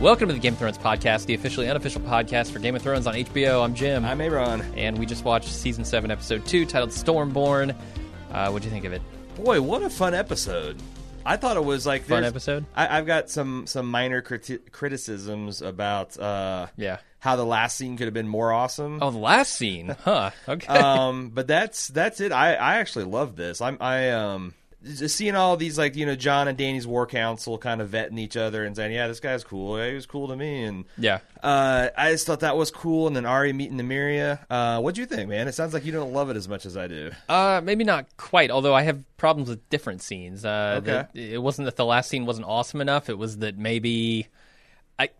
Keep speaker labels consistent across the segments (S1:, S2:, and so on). S1: Welcome to the Game of Thrones podcast, the officially unofficial podcast for Game of Thrones on HBO. I'm Jim,
S2: I'm Aaron.
S1: and we just watched season seven, episode two, titled "Stormborn." Uh, what'd you think of it?
S2: Boy, what a fun episode! I thought it was like
S1: Fun
S2: there's-
S1: episode?
S2: I, I've got some some minor criti- criticisms about uh,
S1: Yeah.
S2: how the last scene could have been more awesome.
S1: Oh, the last scene, huh? Okay.
S2: um, but that's that's it. I, I actually love this. I'm I um just seeing all these like you know John and Danny's war council kind of vetting each other and saying yeah this guy's cool yeah, he was cool to me and
S1: yeah.
S2: uh, I just thought that was cool and then Ari meeting Nymeria. Uh, what'd you think, man? It sounds like you don't love it as much as I do.
S1: Uh, maybe not quite. Although I have problems with different scenes. Uh,
S2: Okay.
S1: that- it wasn't that the last scene wasn't awesome enough. It was that maybe I.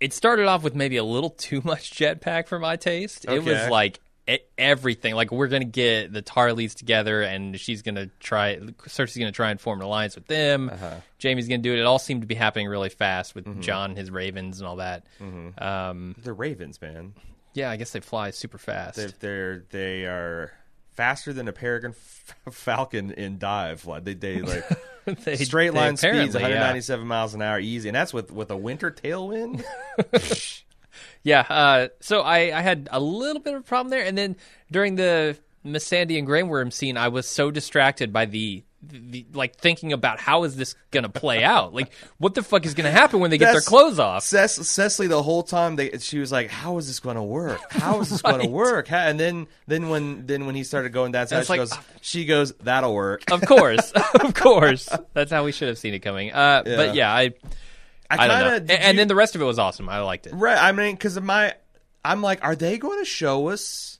S1: It started off with maybe a little too much jetpack for my taste. It was
S2: Okay.
S1: like e- everything. Like we're gonna get the Tarleys together, and she's gonna try. Cersei's gonna try and form an alliance with them.
S2: Uh-huh.
S1: Jamie's gonna do it. It all seemed to be happening really fast with
S2: Mm-hmm.
S1: John, his ravens, and all that. Um,
S2: They're ravens, man.
S1: yeah, I guess they fly super fast.
S2: They're, they're they are faster than a peregrine f- falcon in dive. Like they, they like
S1: They-
S2: straight
S1: they
S2: line speeds,
S1: apparently, yeah.
S2: 197 miles an hour, easy, and that's with with a winter tailwind.
S1: Yeah. Uh, so I, I had a little bit of a problem there, and then during the Miss Sandy and Grey Worm scene, I was so distracted by the. The, like thinking about how is this gonna play out? Like, what the fuck is gonna happen when they get their
S2: That's-
S1: clothes off?
S2: Ces- Cecily, the whole time, they, she was like, "How is this going to work? How is this going to work?" Ha- And then then when then when he started going that side,
S1: It's
S2: she
S1: like,
S2: goes,
S1: ah.
S2: "She goes, that'll work."
S1: Of course, of course. That's how we should have seen it coming. Uh, But yeah, I, I, don't know.
S2: kinda-
S1: And,
S2: did
S1: and
S2: you-
S1: then the rest of it was awesome. I liked it.
S2: Right? I mean, because my, I'm like, are they going to show us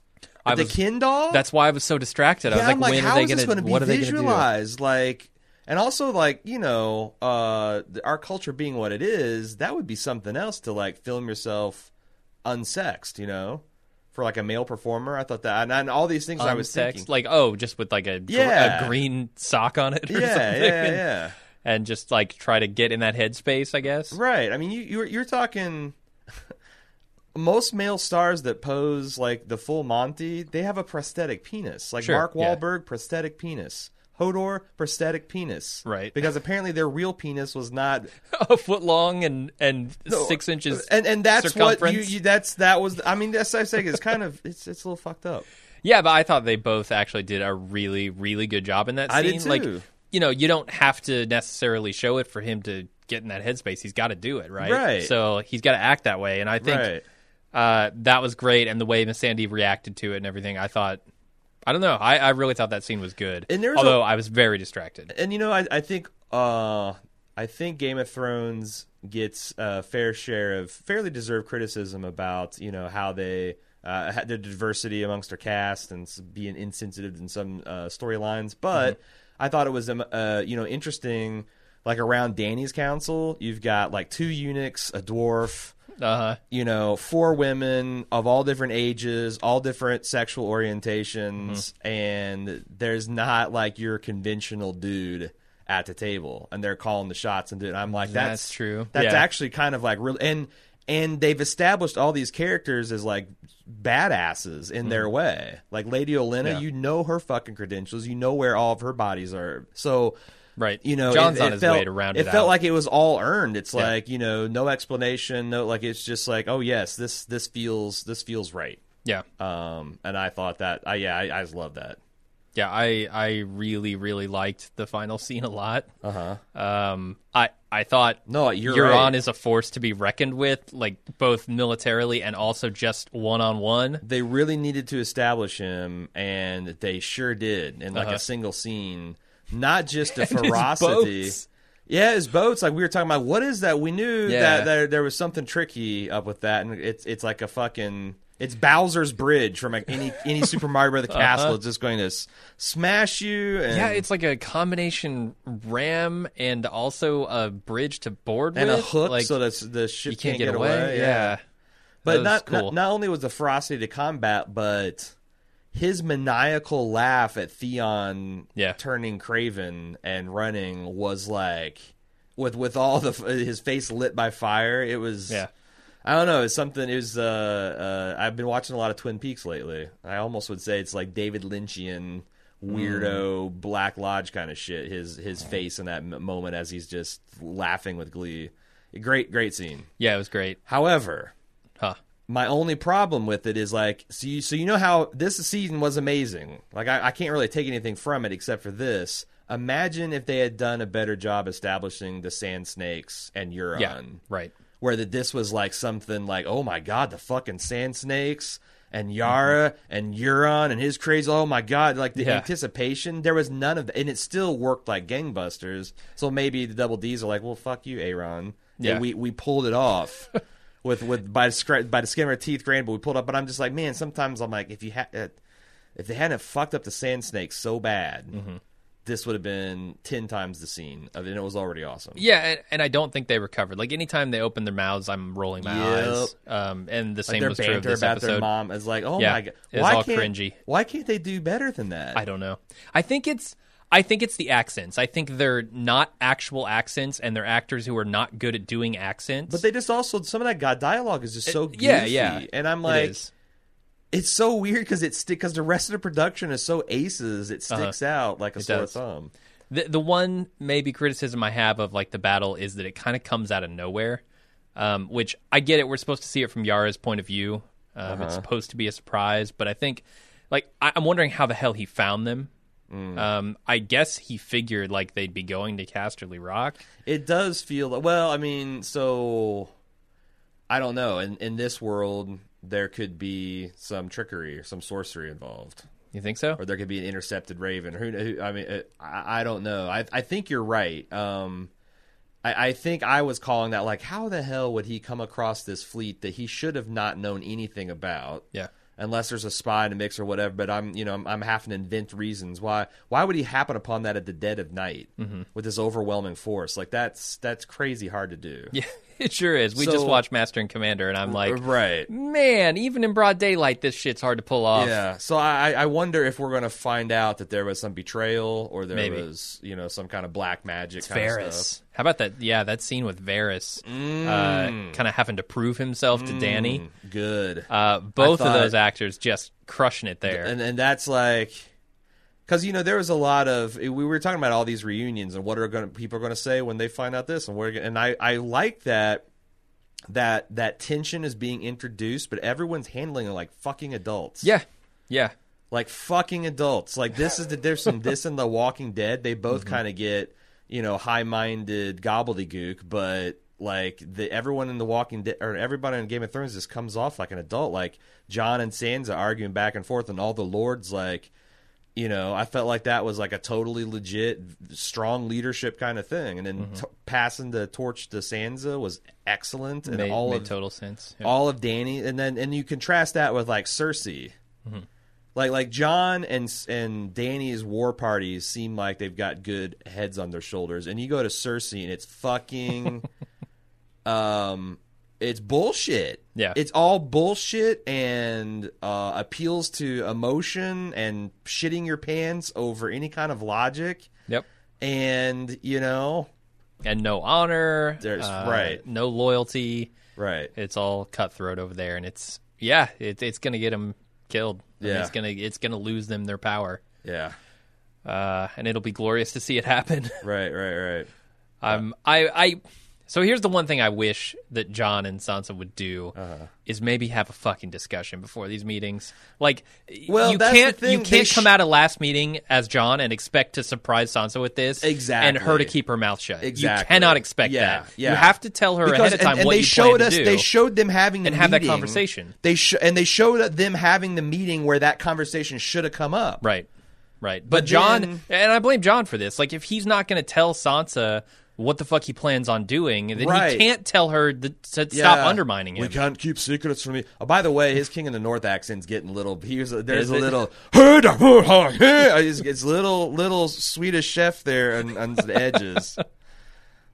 S1: I
S2: the
S1: was-
S2: Kin doll?
S1: That's why I was so distracted. I was
S2: Yeah,
S1: like,
S2: I'm like,
S1: when
S2: how
S1: are they
S2: is
S1: gonna?
S2: this going to be
S1: what are they gonna
S2: visualized? Like, and also like you know, uh, th- our culture being what it is, that would be something else to like film yourself unsexed, you know, for like a male performer. I thought that, and, and all these things
S1: do?
S2: I was
S1: Unsex-
S2: thinking.
S1: like, oh, just with like a, gr-
S2: Yeah.
S1: a green sock on it. Or
S2: yeah,
S1: something.
S2: yeah, yeah.
S1: and just like try to get in that headspace, I guess.
S2: Right. I mean, you you're, you're talking. Most male stars that pose like the full Monty, they have a prosthetic penis. Like
S1: Sure,
S2: Mark
S1: yeah.
S2: Wahlberg, prosthetic penis. Hodor, prosthetic penis.
S1: Right.
S2: Because apparently their real penis was not
S1: A foot long and and six inches.
S2: and and that's what you,
S1: circumference.
S2: you that's that was I mean that's I say it's kind of it's it's a little fucked up.
S1: yeah, but I thought they both actually did a really really good job in that scene.
S2: I did
S1: Like
S2: too.
S1: you know, you don't have to necessarily show it for him to get in that headspace. He's got to do it, right?
S2: Right.
S1: So he's got to act that way, and I think
S2: Right.
S1: uh, that was great. And the way Miss Sandy reacted to it and everything, I thought. I don't know. I, I really thought that scene was good.
S2: And there was
S1: Although I was very distracted.
S2: And you know I I think uh I think Game of Thrones gets a fair share of fairly deserved criticism about, you know, how they uh, had their diversity amongst their cast and s- being insensitive in some uh, storylines, but I thought it was um, uh, you know interesting. Like around Danny's council, you've got like two eunuchs, a dwarf,
S1: Uh-huh.
S2: you know, four women of all different ages, all different sexual orientations,
S1: Mm-hmm.
S2: and there's not like your conventional dude at the table, and they're calling the shots and doing. I'm like, that's,
S1: That's true.
S2: That's
S1: Yeah.
S2: actually kind of like real, and and they've established all these characters as like badasses in their way. Like Lady Olenna,
S1: Mm-hmm. Yeah.
S2: you know her fucking credentials, you know where all of her bodies are. So
S1: Right.
S2: you know,
S1: John's
S2: it-
S1: on
S2: it
S1: his
S2: felt-
S1: way to round it,
S2: It felt
S1: out.
S2: like it was all earned. It's like you know, no explanation. No, like it's just like, oh yes, this this feels this feels right.
S1: yeah.
S2: Um, and I thought that, I yeah, I, I just love that.
S1: Yeah, I I really really liked the final scene a lot. Uh huh. Um, I I thought
S2: No, you're
S1: Euron
S2: right.
S1: is a force to be reckoned with, like both militarily and also just one on one.
S2: They really needed to establish him, and they sure did in
S1: Uh-huh.
S2: like a single scene. Not just the ferocity.
S1: boats.
S2: Yeah, his boats. Like we were talking about, what is that? We knew
S1: Yeah.
S2: that there, there was something tricky up with that, and it's it's like a fucking it's Bowser's Bridge from like any any Super Mario Brother castle. It's just going to s- smash you. And,
S1: Uh-huh. Yeah, it's like a combination ram and also a bridge to board
S2: and
S1: with.
S2: a hook
S1: like,
S2: so that s- the ship
S1: you can't, get, away. Yeah.
S2: But
S1: That was
S2: not,
S1: cool.
S2: not not only was the ferocity to combat, but his maniacal laugh at Theon
S1: Yeah.
S2: turning craven and running was like with with all the his face lit by fire. It was
S1: Yeah.
S2: I don't know. It's something. It was. Uh, uh, I've been watching a lot of Twin Peaks lately. I almost would say it's like David Lynchian weirdo
S1: Hmm.
S2: Black Lodge kind of shit. His his face in that m- moment as he's just laughing with glee. Great, great scene.
S1: Yeah, it was great.
S2: However,
S1: Huh.
S2: my only problem with it is like so you, so you know how this season was amazing like I, I can't really take anything from it except for this imagine if they had done a better job establishing the sand snakes and Euron
S1: Yeah. Right.
S2: where that this was like something like oh my god the fucking sand snakes
S1: Mm-hmm.
S2: and Yara and Euron and his crazy oh my god like the
S1: Yeah.
S2: anticipation there was none of that and it still worked like gangbusters so maybe the double D's are like well fuck you Aaron
S1: Yeah.
S2: we we pulled it off with with by the scra- by the skin of our teeth grand but we pulled up but I'm just like man sometimes I'm like if you had uh, if they hadn't fucked up the sand snakes so bad
S1: Mm-hmm.
S2: this would have been 10 times the scene of and it was already awesome
S1: Yeah, and, and I don't think they recovered. Like anytime they open their mouths, I'm rolling my
S2: Yep.
S1: eyes. Um, and the
S2: like
S1: same
S2: their
S1: was true of
S2: banter
S1: this
S2: about their
S1: episode.
S2: mom is like, oh
S1: Yeah,
S2: my god,
S1: it's
S2: why
S1: all
S2: can't
S1: cringy.
S2: why can't they do better than that?
S1: I don't know. I think it's. I think it's the accents. I think they're not actual accents, and they're actors who are not good at doing accents.
S2: but they just also some of that god dialogue is just so goofy.
S1: yeah, yeah,
S2: and I'm
S1: It
S2: like,
S1: is.
S2: it's so weird because it stick because the rest of the production is so aces, it sticks out like a sore
S1: Uh-huh. does.
S2: thumb.
S1: The the one maybe criticism I have of like the battle is that it kind of comes out of nowhere, um, which I get it. We're supposed to see it from Yara's point of view. Um, It's
S2: Uh-huh.
S1: supposed to be a surprise, but I think like I, I'm wondering how the hell he found them.
S2: Mm.
S1: Um, I guess he figured like they'd be going to Casterly Rock.
S2: It does feel well. I mean, so I don't know. In in this world, there could be some trickery or some sorcery involved.
S1: You think so?
S2: or there could be an intercepted raven. Who, who I mean, uh, I, I don't know. I, I think you're right. Um, I, I think I was calling that like, how the hell would he come across this fleet that he should have not known anything about?
S1: Yeah.
S2: Unless there's a spy in the mix or whatever, but I'm you know I'm, I'm having to invent reasons why why would he happen upon that at the dead of night
S1: Mm-hmm.
S2: with this overwhelming force like that's that's crazy hard to do.
S1: Yeah, it sure is. We just
S2: So-
S1: watched Master and Commander, and I'm like,
S2: right.
S1: man, even in broad daylight, this shit's hard to pull off.
S2: Yeah. So I, I wonder if we're going to find out that there was some betrayal or there
S1: Maybe.
S2: was, you know, some kind of black magic kind of stuff.
S1: Varys. How about that? Yeah, that scene with Varys
S2: Mm.
S1: uh, kind of having to prove himself to Danny.
S2: Good.
S1: Uh, both of
S2: Mm. thought-
S1: those actors just crushing it there.
S2: and and that's like because you know there was a lot of eh, we were talking about all these reunions and what are going people are going to say when they find out this and we're gonna, and I I like that that that tension is being introduced but everyone's handling it like fucking adults
S1: yeah, yeah,
S2: like fucking adults. Like this is the difference. between this and The Walking Dead, they both kind of get you know high-minded gobbledygook, but like the everyone in The Walking Dead or everybody in Game of Thrones just comes off like an adult. Like John and Sansa arguing back and forth, and all the lords like. You know, I felt like that was like a totally legit, strong leadership kind of thing, and then t- passing the torch to Sansa was excellent, and
S1: made,
S2: all
S1: made
S2: of
S1: total sense. Yeah.
S2: all of Danny, and then and you contrast that with like Cersei,
S1: Mm-hmm.
S2: like like John and and Danny's war parties seem like they've got good heads on their shoulders, and you go to Cersei and it's fucking, um, it's bullshit.
S1: Yeah.
S2: it's all bullshit and uh, appeals to emotion and shitting your pants over any kind of logic,
S1: Yep,
S2: and you know,
S1: and no honor.
S2: There's-
S1: uh,
S2: right.
S1: No loyalty.
S2: right?
S1: It's all cutthroat over there, and it's yeah, it, it's gonna get them killed. I mean,
S2: Yeah.
S1: it's gonna it's gonna lose them their power.
S2: Yeah,
S1: Uh, and it'll be glorious to see it happen.
S2: right, right, right.
S1: Um, I, I, so here's the one thing I wish that John and Sansa would do
S2: Uh-huh.
S1: is maybe have a fucking discussion before these meetings. Like,
S2: Well,
S1: you
S2: that's the
S1: can't
S2: thing,
S1: you
S2: they
S1: can't
S2: sh-
S1: come out of last meeting as John and expect to surprise Sansa with this, and her to
S2: Exactly.
S1: keep her mouth shut. You
S2: Exactly.
S1: cannot expect
S2: Yeah,
S1: that.
S2: yeah.
S1: You have to tell her ahead of
S2: and-
S1: time
S2: and,
S1: what
S2: they
S1: you
S2: showed
S1: plan
S2: us
S1: to do.
S2: they showed them having the
S1: and have that
S2: meeting.
S1: conversation.
S2: they sh- and they showed them having the meeting where that conversation should have come up
S1: Right. Right. But,
S2: But
S1: John
S2: then-
S1: and I blame John for this. Like if he's not going to tell Sansa what the fuck he plans on doing, then he
S2: Right.
S1: can't tell her th- to stop
S2: Yeah.
S1: undermining
S2: we
S1: him.
S2: can't keep secrets from me oh, by the way his king in the north accent's getting little he was, there's
S1: Is
S2: a
S1: it?
S2: little it's, it's little little swedish chef there on, on the edges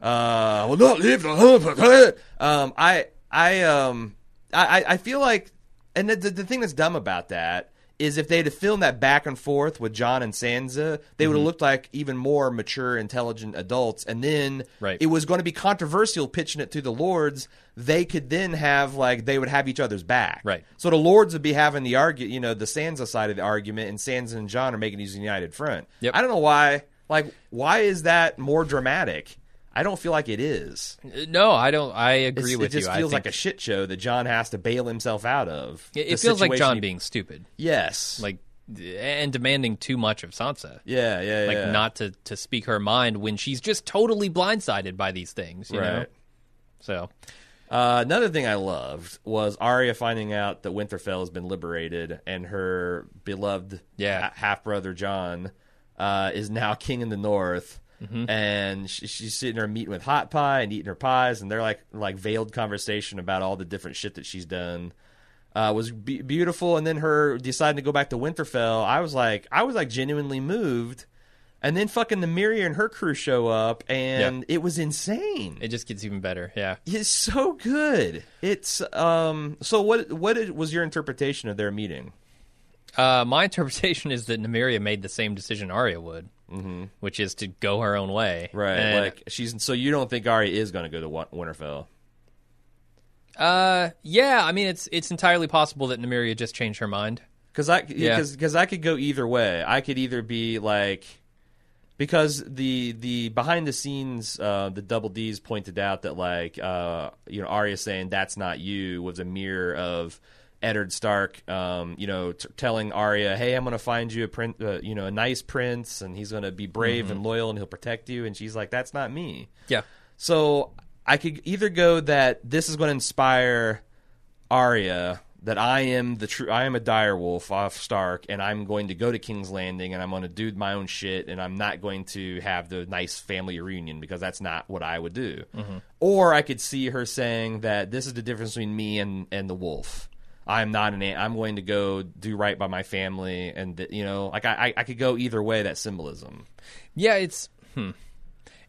S2: uh will not leave the home. um i i um i I- i feel like and the, the thing that's dumb about that is if they'd have filmed that back and forth with John and Sansa, they would have looked like even more mature, intelligent adults. And then
S1: Right.
S2: it was going to be controversial pitching it to the lords. They could then have like they would have each other's back.
S1: Right.
S2: So the lords would be having the argument, you know, the Sansa side of the argument, and Sansa and John are making these united front.
S1: Yep.
S2: I don't know why. Like, why is that more dramatic? I don't feel like it is.
S1: No, I don't. I agree
S2: It's-
S1: with
S2: it just
S1: you.
S2: feels
S1: I think
S2: like a shit show that John has to bail himself out of.
S1: it,
S2: The
S1: it feels like
S2: situation
S1: John
S2: he-
S1: being stupid,
S2: yes,
S1: like and demanding too much of Sansa,
S2: yeah, yeah,
S1: like
S2: yeah.
S1: not to to speak her mind when she's just totally blindsided by these things. You know,
S2: right.
S1: so
S2: Uh, another thing I loved was Arya finding out that Winterfell has been liberated and her beloved
S1: Yeah.
S2: half brother John uh, is now king in the North. And she, she's sitting there meeting with Hot Pie and eating her pies, and they're like like veiled conversation about all the different shit that she's done. Uh, was be- beautiful, and then her deciding to go back to Winterfell. I was like, I was like genuinely moved, and then fucking the Myria and her crew show up, and it was insane.
S1: it just gets even better. Yeah.
S2: It's so good. It's um. So what? What it- was your interpretation of their meeting?
S1: Uh, my interpretation is that Nymeria made the same decision Arya would, mm-hmm. which is to go her own way. And,
S2: like she's. So you don't think Arya is going to go to Wa- Winterfell?
S1: uh, yeah. I mean, it's it's entirely possible that Nymeria just changed her mind.
S2: Because I.
S1: Yeah.
S2: Because I could go either way. I could either be like. Because the the behind the scenes, uh, the double D's pointed out that like uh, you know Arya saying that's not you was a mirror of Eddard Stark, um, you know, t- telling Arya, "Hey, I'm going to find you a prin uh, you know, a nice prince, and he's going to be brave and loyal, and he'll protect you." And she's like, "That's not me."
S1: Yeah.
S2: So I could either go that this is going to inspire Arya that I am the true I am a direwolf off Stark and I'm going to go to King's Landing and I'm going to do my own shit and I'm not going to have the nice family reunion because that's not what I would do. Or I could see her saying that this is the difference between me and and the wolf. I'm not an. a- I'm going to go do right by my family, and th- you know, like I, I, I could go either way. That symbolism,
S1: Yeah. It's hmm.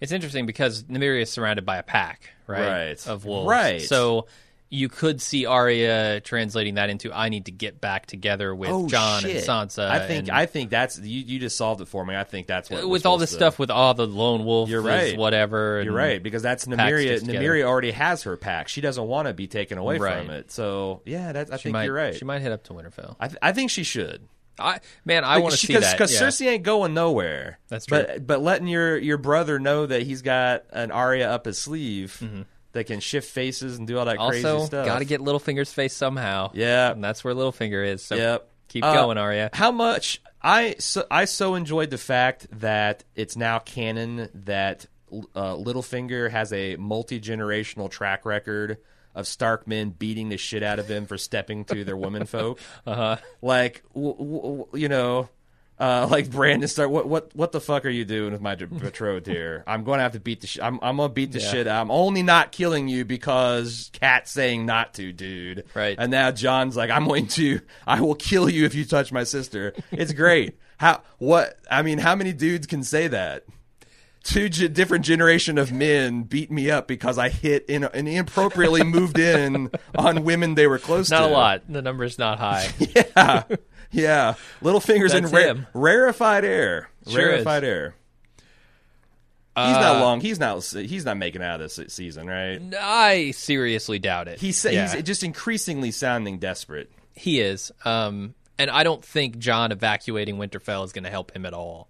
S1: It's interesting because Nymeria is surrounded by a pack, right?
S2: Right.
S1: Of wolves.
S2: Right.
S1: So you could see Arya translating that into "I need to get back together with
S2: Oh,
S1: John and
S2: shit.
S1: Sansa."
S2: I think
S1: and- Uh,
S2: I think that's you. You just solved it for me. I think that's what
S1: with all
S2: was
S1: this
S2: supposed
S1: stuff with all the lone wolves,
S2: You're right.
S1: Whatever.
S2: to-
S1: and-
S2: You're right because that's
S1: sticks
S2: Nymeria.
S1: together.
S2: Nymeria already has her pack. She doesn't want to be taken away
S1: Right.
S2: from it. So yeah, that's, I
S1: She
S2: think
S1: might,
S2: you're right.
S1: She might head up to Winterfell.
S2: I, th- I think she should.
S1: I man, I want to see that.
S2: because
S1: yeah.
S2: Cersei ain't going nowhere.
S1: That's true.
S2: But but letting your your brother know that he's got an Arya up his sleeve that can shift faces and do all that
S1: Mm-hmm. also
S2: crazy stuff.
S1: got to get Littlefinger's face somehow.
S2: yeah.
S1: and that's where Littlefinger is. So
S2: Yep.
S1: keep
S2: Uh,
S1: going, Arya.
S2: How much I so, I so enjoyed the fact that it's now canon that uh, Littlefinger has a multi generational track record of Stark men beating the shit out of him for stepping to their women folk. Uh-huh. Like w- w- w- you know. Uh, like Brandon Stark, what what what the fuck are you doing with my d- betrothed here? I'm going to have to beat the shit. I'm I'm gonna beat the shit. out. I'm only not killing you because Cat's saying not to, dude.
S1: Right.
S2: And now John's like, I'm going to, I will kill you if you touch my sister. It's great. how, what, I mean, how many dudes can say that? Two ge- different generation of men beat me up because I hit in and inappropriately moved in on women they were close
S1: Not a
S2: to.
S1: lot. The number's not high.
S2: Yeah, yeah. Little fingers in
S1: That's
S2: ra-
S1: him.
S2: rarefied air.
S1: Sure is. Uh,
S2: rarefied air. He's not long. He's not. He's not making it out of this se- season, right?
S1: I seriously doubt it.
S2: He sa-
S1: Mm. Yeah.
S2: He's just increasingly sounding desperate.
S1: he is. Um, and I don't think John evacuating Winterfell is going to help him at all.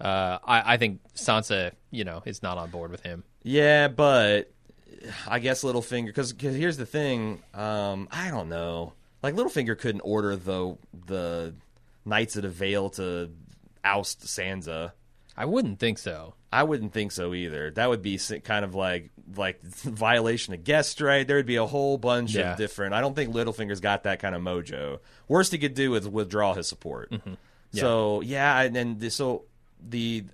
S1: Uh, I, I think Sansa, you know, is not on board with him.
S2: Yeah, but I guess Littlefinger because here's the thing. Um, I don't know. Like Littlefinger couldn't order the the Knights of the Vale to oust Sansa.
S1: I wouldn't think so.
S2: I wouldn't think so either. That would be s- kind of like like violation of guest right. There would be a whole bunch
S1: Yeah.
S2: of different. I don't think Littlefinger's got that kind of mojo. Worst he could do is withdraw his support.
S1: Mm-hmm.
S2: So yeah, and then the- so the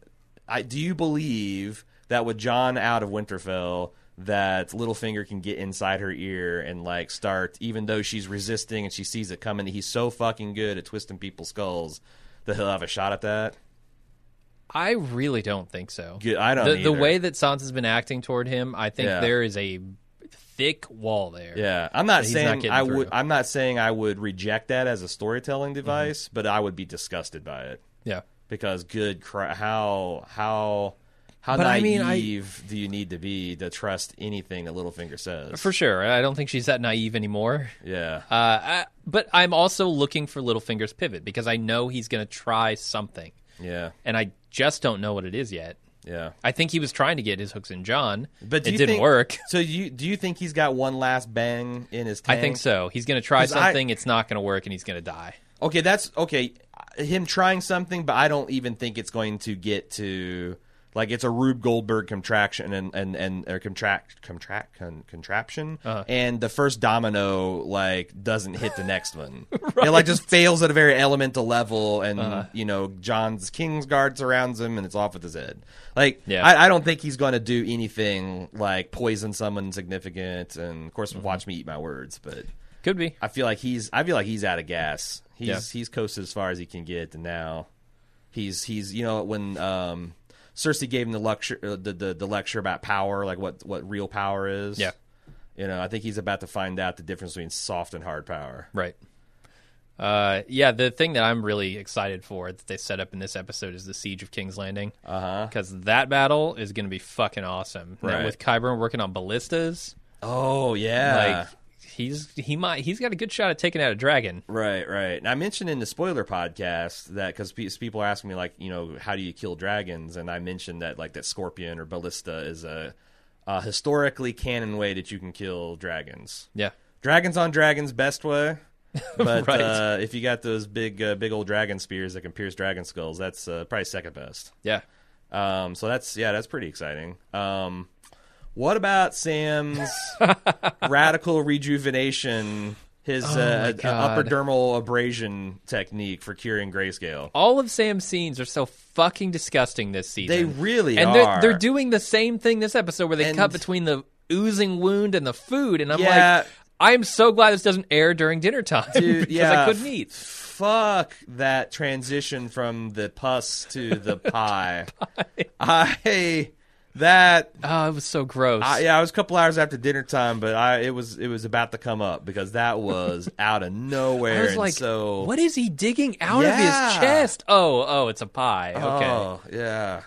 S2: I do you believe that with John out of Winterfell that Littlefinger can get inside her ear and like start even though she's resisting and she sees it coming. He's so fucking good at twisting people's skulls that he'll have a shot at that.
S1: I really don't think so.
S2: Good- I don't
S1: the, the
S2: either.
S1: way that Sansa's been acting toward him, I think
S2: Yeah.
S1: there is a thick wall there.
S2: Yeah, I'm not
S1: he's not
S2: saying
S1: getting
S2: I
S1: through. Mm-hmm.
S2: would. I'm not saying I would reject that as a storytelling device, but I would be disgusted by it
S1: Yeah.
S2: because good, cri- how how how
S1: But I mean,
S2: naive
S1: I-
S2: do you need to be to trust anything that Littlefinger says?
S1: For sure. I don't think she's that naive anymore.
S2: yeah,
S1: Uh, I, but I'm also looking for Littlefinger's pivot because I know he's going to try something.
S2: yeah,
S1: And I just don't know what it is yet.
S2: Yeah.
S1: I think he was trying to get his hooks in John,
S2: But do
S1: it
S2: you
S1: didn't
S2: think-
S1: work.
S2: So you do you think he's got one last bang in his tank?
S1: I think so. He's going to try
S2: 'Cause I-
S1: something. It's not going to work, and he's going to die.
S2: Okay, that's okay. Him trying something, but I don't even think it's going to get to like it's a Rube Goldberg contraction and and and or contract contract con, contraption, and the first domino like doesn't hit the next one. It like just fails at a very elemental level, and you know John's King's guard surrounds him, and it's off with his head. Like
S1: Yeah.
S2: I, I don't think he's going to do anything like poison someone significant, and of course watch me eat my words, but.
S1: Could be.
S2: I feel like he's I feel like he's out of gas. He's
S1: Yeah.
S2: he's coasted as far as he can get, and now he's he's you know when um, Cersei gave him the lecture uh, the, the the lecture about power, like what what real power is.
S1: Yeah.
S2: you know I think he's about to find out the difference between soft and hard power.
S1: Right. Uh, yeah, the thing that I'm really excited for that they set up in this episode is the Siege of King's Landing. Uh huh. Because that battle is going to be fucking awesome. Now,
S2: Uh-huh. Right.
S1: with Kyburn working on ballistas,
S2: Oh yeah,
S1: like he's he might he's got a good shot at taking out a dragon.
S2: Right, right. And I mentioned in the spoiler podcast that because people are asking me like, you know, how do you kill dragons? And I mentioned that like that scorpion or ballista is a, a historically canon way that you can kill dragons.
S1: Yeah.
S2: Dragons on dragons, best way. But
S1: Right.
S2: uh, if you got those big, uh, big old dragon spears that can pierce dragon skulls, that's uh, probably second best.
S1: Yeah.
S2: Um, so that's yeah, that's pretty exciting. Um, what about Sam's radical rejuvenation? His uh, uh,
S1: Oh God.
S2: upper dermal abrasion technique for curing grayscale.
S1: All of Sam's scenes are so fucking disgusting this season.
S2: They really
S1: and
S2: are.
S1: they're they're doing the same thing this episode where they
S2: And-
S1: cut between the oozing wound and the food, and I'm
S2: Yeah.
S1: like, I'm so glad this doesn't air during dinner time
S2: Dude,
S1: because
S2: yeah.
S1: I couldn't eat.
S2: Fuck that transition from the pus to the pie. I that
S1: Oh, it was so gross.
S2: I, yeah, it was a couple hours after dinner time, but I it was it was about to come up because that was out of nowhere.
S1: I was
S2: and
S1: like,
S2: so
S1: what is he digging out of
S2: Yeah.
S1: his chest? Oh, oh, it's a pie. Okay.
S2: Oh yeah,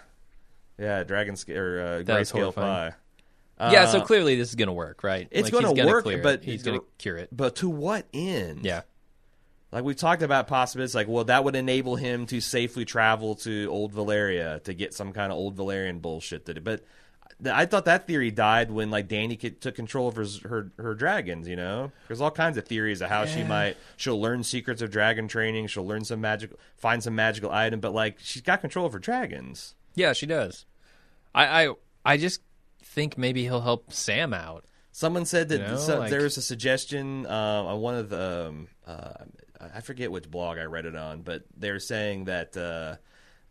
S2: yeah. Dragon sca- or uh,
S1: That was
S2: grayscale
S1: horrifying.
S2: pie.
S1: yeah, so clearly this is going to work, right?
S2: uh, It's
S1: Like,
S2: gonna
S1: he's gonna
S2: work,
S1: clear it.
S2: but-
S1: he's going to cure it.
S2: But to what end?
S1: Yeah.
S2: like we've talked about possibilities. Like, well, that would enable him to safely travel to Old Valeria to get some kind of Old Valerian bullshit. That, but th- I thought that theory died when like Danny could, took control of her, her her dragons. You know, there's all kinds of theories of how she might she'll learn secrets of dragon training. She'll learn some magic, find some magical item. But like, she's got control of her dragons.
S1: Yeah, she does. I, I, I just think maybe he'll help Sam out.
S2: Someone said that
S1: You know,
S2: so-
S1: like-
S2: there was a suggestion um, on one of the um, uh, I forget which blog I read it on, but they were saying that uh,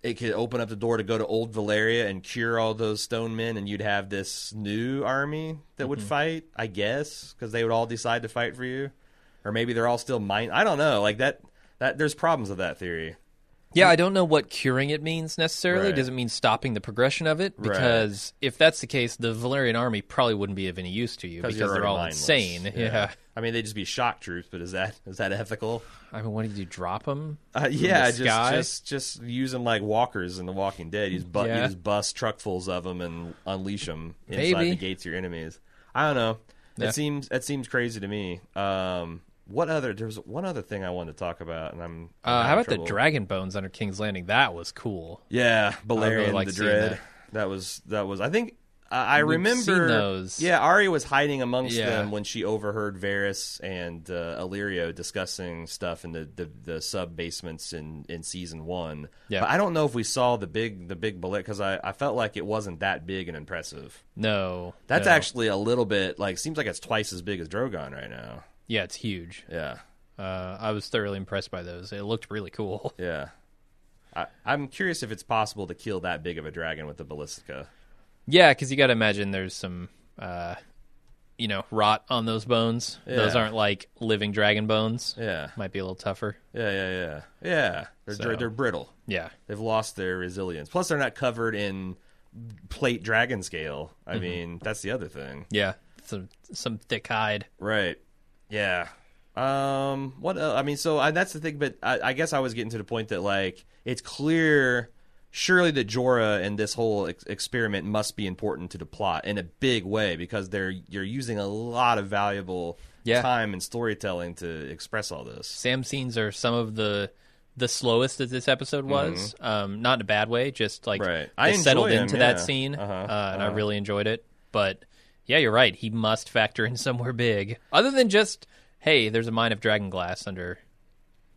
S2: it could open up the door to go to Old Valeria and cure all those stone men, and you'd have this new army that would
S1: Mm-hmm.
S2: fight. I guess because they would all decide to fight for you, or maybe they're all still mine. I don't know. Like that. That there's problems with that theory.
S1: Yeah, I don't know what curing it means necessarily.
S2: Right.
S1: Does it mean stopping the progression of it?
S2: Right.
S1: Because if that's the case, the Valerian army probably wouldn't be of any use to you because
S2: you're
S1: they're
S2: already
S1: all
S2: mindless.
S1: insane. Yeah.
S2: I mean, they'd just be shock troops, but is that is that ethical?
S1: I mean, what do you do? Drop them?
S2: Uh, yeah,
S1: the
S2: just
S1: sky?
S2: just just use them like walkers in The Walking Dead. You just, bu-
S1: Yeah.
S2: you just bust truckfuls of them and unleash them inside
S1: Maybe.
S2: the gates of your enemies. I don't know.
S1: Yeah.
S2: That seems that seems crazy to me. Um, what other? There was one other thing I wanted to talk about, and I'm. I'm
S1: Uh, how
S2: having
S1: about the
S2: trouble.
S1: dragon bones under King's Landing? That was cool.
S2: Yeah, Balerion
S1: like
S2: the
S1: seeing
S2: Dread.
S1: that.
S2: That. was that was. I think I I
S1: We've
S2: remember.
S1: seen those.
S2: Yeah, Arya was hiding amongst
S1: Yeah.
S2: them when she overheard Varys and uh, Illyrio discussing stuff in the the, the sub basements in, in season one.
S1: Yeah.
S2: but I don't know if we saw the big the big bullet because I, I felt like it wasn't that big and impressive.
S1: No,
S2: That's
S1: no.
S2: actually a little bit like seems like it's twice as big as Drogon right now.
S1: yeah, it's huge.
S2: Yeah,
S1: Uh, I was thoroughly impressed by those. It looked really cool.
S2: yeah. I, I'm curious if it's possible to kill that big of a dragon with the ballistica.
S1: Yeah, because you got to imagine there's some, uh, you know, rot on those bones. Those
S2: Yeah.
S1: aren't like living dragon bones.
S2: Yeah.
S1: Might be a little tougher.
S2: Yeah, yeah, yeah, yeah. They're
S1: So-
S2: they're brittle.
S1: Yeah,
S2: They've lost their resilience. Plus, they're not covered in plate dragon scale. I mean, that's the other thing,
S1: yeah, some some thick hide.
S2: right? Yeah. Um. What? el I mean, so I, that's the thing. But I, I guess I was getting to the point that like it's clear. Surely that Jorah and this whole ex- experiment must be important to the plot in a big way because they're you're using a lot of valuable
S1: Yeah.
S2: time and storytelling to express all this.
S1: Sam scenes are some of the the slowest that this episode was. Um, not in a bad way, just like
S2: Mm-hmm. Right. I
S1: I
S2: enjoy
S1: settled
S2: him,
S1: into
S2: yeah.
S1: that scene, uh
S2: Uh-huh,
S1: and I
S2: uh-huh.
S1: really enjoyed it. But yeah, you're right. He must factor in somewhere big, other than just hey, there's a mine of dragon glass under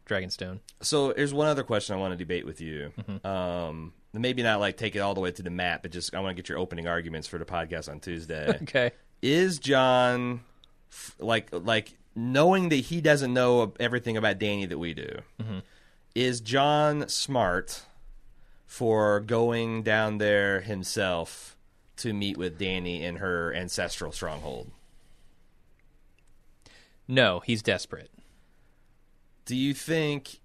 S1: Dragonstone.
S2: So here's one other question I want to debate with you. Um, maybe not like take it all the way to the map, but just I want to get your opening arguments for the podcast on Tuesday.
S1: Okay.
S2: Is John f- like like knowing that he doesn't know everything about Danny that we do? Is John smart for going down there himself to meet with Danny in her ancestral stronghold?
S1: No, he's desperate.
S2: Do you think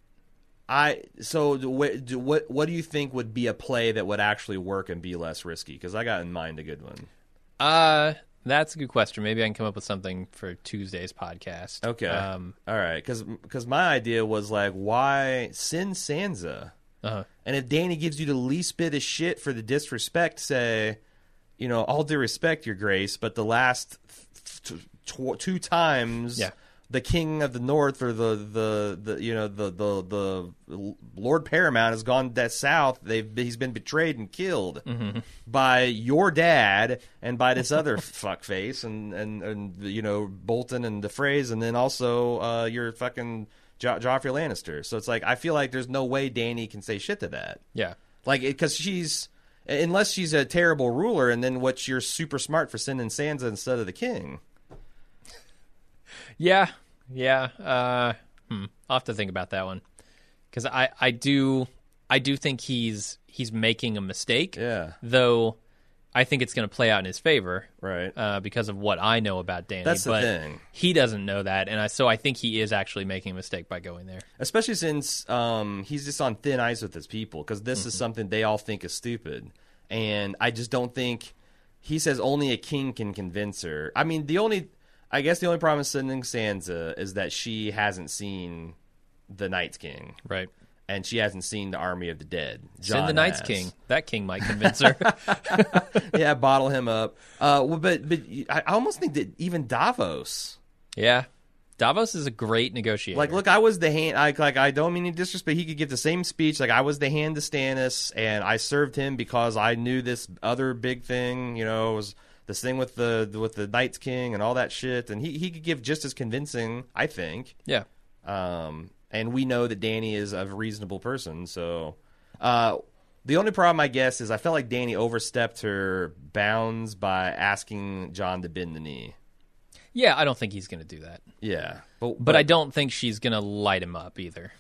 S2: I so do wh- do- what what do you think would be a play that would actually work and be less risky? Cuz I got in mind a good one.
S1: Uh, that's a good question. Maybe I can come up with something for Tuesday's podcast.
S2: Okay.
S1: Um,
S2: All right, cuz cuz my idea was like why send Sansa?
S1: uh-huh.
S2: And if Danny gives you the least bit of shit for the disrespect, say, you know, all due respect, Your Grace, but the last th- tw- two times,
S1: Yeah.
S2: the King of the North or the the, the you know the, the the Lord Paramount has gone that south. They've he's been betrayed and killed by your dad and by this other fuckface and and and you know Bolton and the phrase, and then also uh, your fucking. Jo- Joffrey Lannister. So it's like I feel like there's no way Danny can say shit to that.
S1: Yeah.
S2: Like, because she's unless she's a terrible ruler, and then what? You're super smart for sending Sansa instead of the king.
S1: Yeah, yeah. Uh, hmm. I'll have to think about that one because I, I do, I do think he's he's making a mistake.
S2: Yeah.
S1: Though, I think it's going to play out in his favor,
S2: Right.
S1: uh, because of what I know about Danny.
S2: That's the
S1: but
S2: thing.
S1: He doesn't know that, and I, so I think he is actually making a mistake by going there.
S2: Especially since um, he's just on thin ice with his people because this
S1: Mm-hmm.
S2: is something they all think is stupid, and I just don't think he says only a king can convince her. I mean, the only I guess the only problem with sending Sansa is that she hasn't seen the Night's King.
S1: Right.
S2: and she hasn't seen the Army of the Dead.
S1: Send the
S2: Jon
S1: Night's
S2: has.
S1: King. That king might convince her.
S2: yeah, bottle him up. Uh, well, but but I I almost think that even Davos.
S1: yeah. Davos is a great negotiator.
S2: Like, look, I was the hand. I, like, I don't mean any disrespect. He could give the same speech. Like, I was the hand to Stannis, and I served him because I knew this other big thing. You know, it was this thing with the with the Night's King and all that shit. And he he could give just as convincing, I think.
S1: yeah.
S2: Um, and we know that Danny is a reasonable person. So uh, the only problem, I guess, is I felt like Danny overstepped her bounds by asking John to bend the knee.
S1: Yeah. I don't think he's going to do that.
S2: Yeah, but
S1: but I don't think she's gonna light him up either.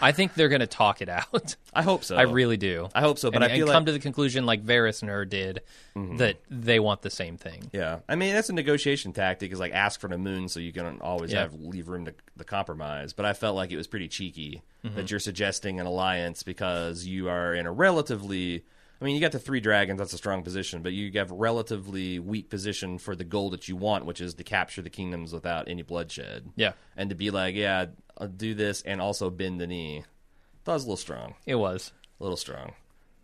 S1: I think they're gonna talk it out.
S2: I hope so.
S1: I really do.
S2: Oh. I hope so. But
S1: and,
S2: I
S1: and
S2: feel like Mm-hmm.
S1: come to the conclusion, like Varys and her did, that they want the same thing.
S2: yeah, I mean that's a negotiation tactic is like ask for the moon so you can always
S1: Yeah.
S2: have leave room to the compromise. But I felt like it was pretty cheeky
S1: Mm-hmm.
S2: that you're suggesting an alliance because you are in a relatively. I mean, you got the three dragons. That's a strong position, but you have relatively weak position for the goal that you want, which is to capture the kingdoms without any bloodshed.
S1: Yeah,
S2: and to be like, yeah, I'll do this and also bend the knee. That was a little strong.
S1: it was.
S2: A little strong.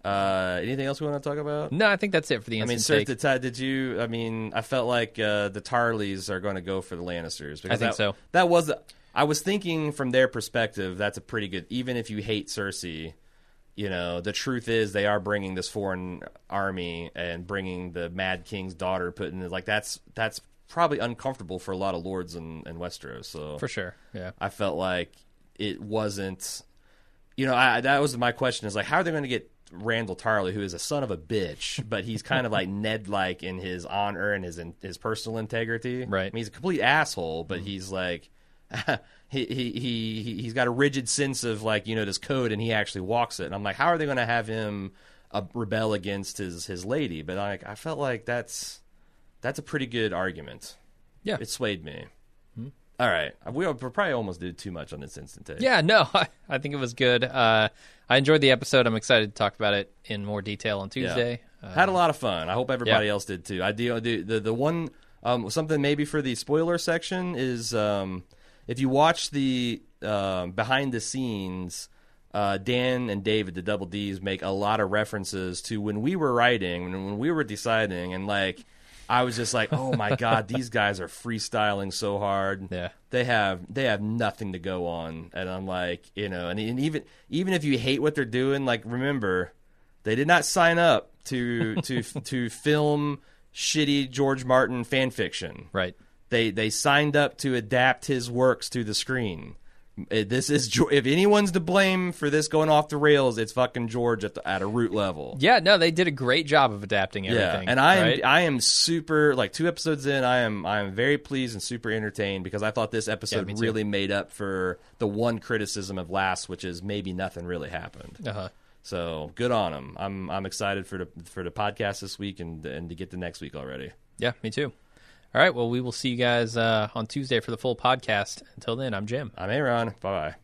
S2: Uh, anything else we want to talk about?
S1: No, I think that's it for the
S2: I mean,
S1: instant
S2: Sir
S1: take.
S2: Tide, did you? I mean, I felt like uh, the Tarleys are going to go for the Lannisters. Because
S1: I think
S2: that,
S1: so.
S2: That was. The, I was thinking from their perspective, that's a pretty good. Even if you hate Cersei, you know the truth is they are bringing this foreign army and bringing the Mad King's daughter. Putting it like that's that's probably uncomfortable for a lot of lords in, in Westeros. So
S1: for sure. Yeah,
S2: I felt like it wasn't. You know, I, that was my question: is like, how are they going to get Randall Tarley, who is a son of a bitch, but he's kind of like Ned-like in his honor and his in, his personal integrity.
S1: Right.
S2: I mean, he's a complete asshole, but he's like. He, he he he- he's got a rigid sense of like you know this code, and he actually walks it. And I'm like, how are they going to have him uh, rebel against his his lady? But like, I felt like that's that's a pretty good argument.
S1: Yeah. Hmm.
S2: it swayed me. All right, we are, we probably almost did too much on this instant take.
S1: yeah. No, I, I think it was good. Uh, I enjoyed the episode. I'm excited to talk about it in more detail on Tuesday. Uh,
S2: had a lot of fun. I hope everybody
S1: Yeah.
S2: else did too. I do the the, the one um, something maybe for the spoiler section is um, if you watch the um, behind the scenes. Uh, Dan and David, the double D's, make a lot of references to when we were writing, when, when we were deciding, and like I was just like, oh my god, these guys are freestyling so hard.
S1: Yeah.
S2: They have they have nothing to go on, and I'm like, you know, and, and even even if you hate what they're doing, like remember, they did not sign up to to to film shitty George Martin fan fiction.
S1: Right.
S2: They they signed up to adapt his works to the screen. Uh, This is Ge- if anyone's to blame for this going off the rails, it's fucking George at the, at a root level.
S1: Yeah, no, they did a great job of adapting everything.
S2: Yeah, and I am
S1: right?
S2: I am super like two episodes in. I am I am very pleased and super entertained because I thought this episode
S1: me too.
S2: really made up for the one criticism of last, which is maybe nothing really happened.
S1: uh-huh.
S2: So good on them. I'm I'm excited for the for the podcast this week and and to get to next week already.
S1: Yeah, me too. All right, well, we will see you guys uh, on Tuesday for the full podcast. Until then, I'm Jim.
S2: I'm Aaron. Bye bye.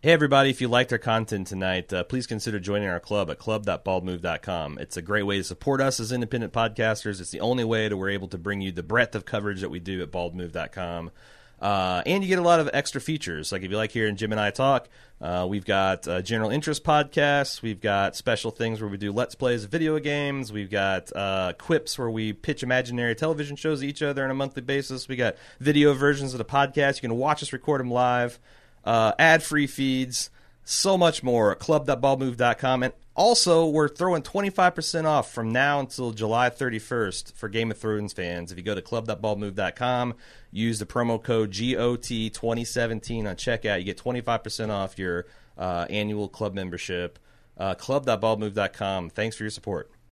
S2: Hey, everybody, if you liked our content tonight, uh, please consider joining our club at club.baldmove.com. It's a great way to support us as independent podcasters. It's the only way that we're able to bring you the breadth of coverage that we do at baldmove.com. Uh, and you get a lot of extra features. Like if you like hearing Jim and I talk, uh, we've got uh, general interest podcasts. We've got special things where we do let's plays of video games. We've got uh, quips where we pitch imaginary television shows to each other on a monthly basis. We got video versions of the podcast. You can watch us record them live uh, ad free feeds, so much more at club.ballmove.com. And also, we're throwing 25% off from now until July 31st for Game of Thrones fans. If you go to club.ballmove.com, use the promo code GOT2017 on checkout, you get 25% off your uh, annual club membership. Uh, club.ballmove.com. Thanks for your support.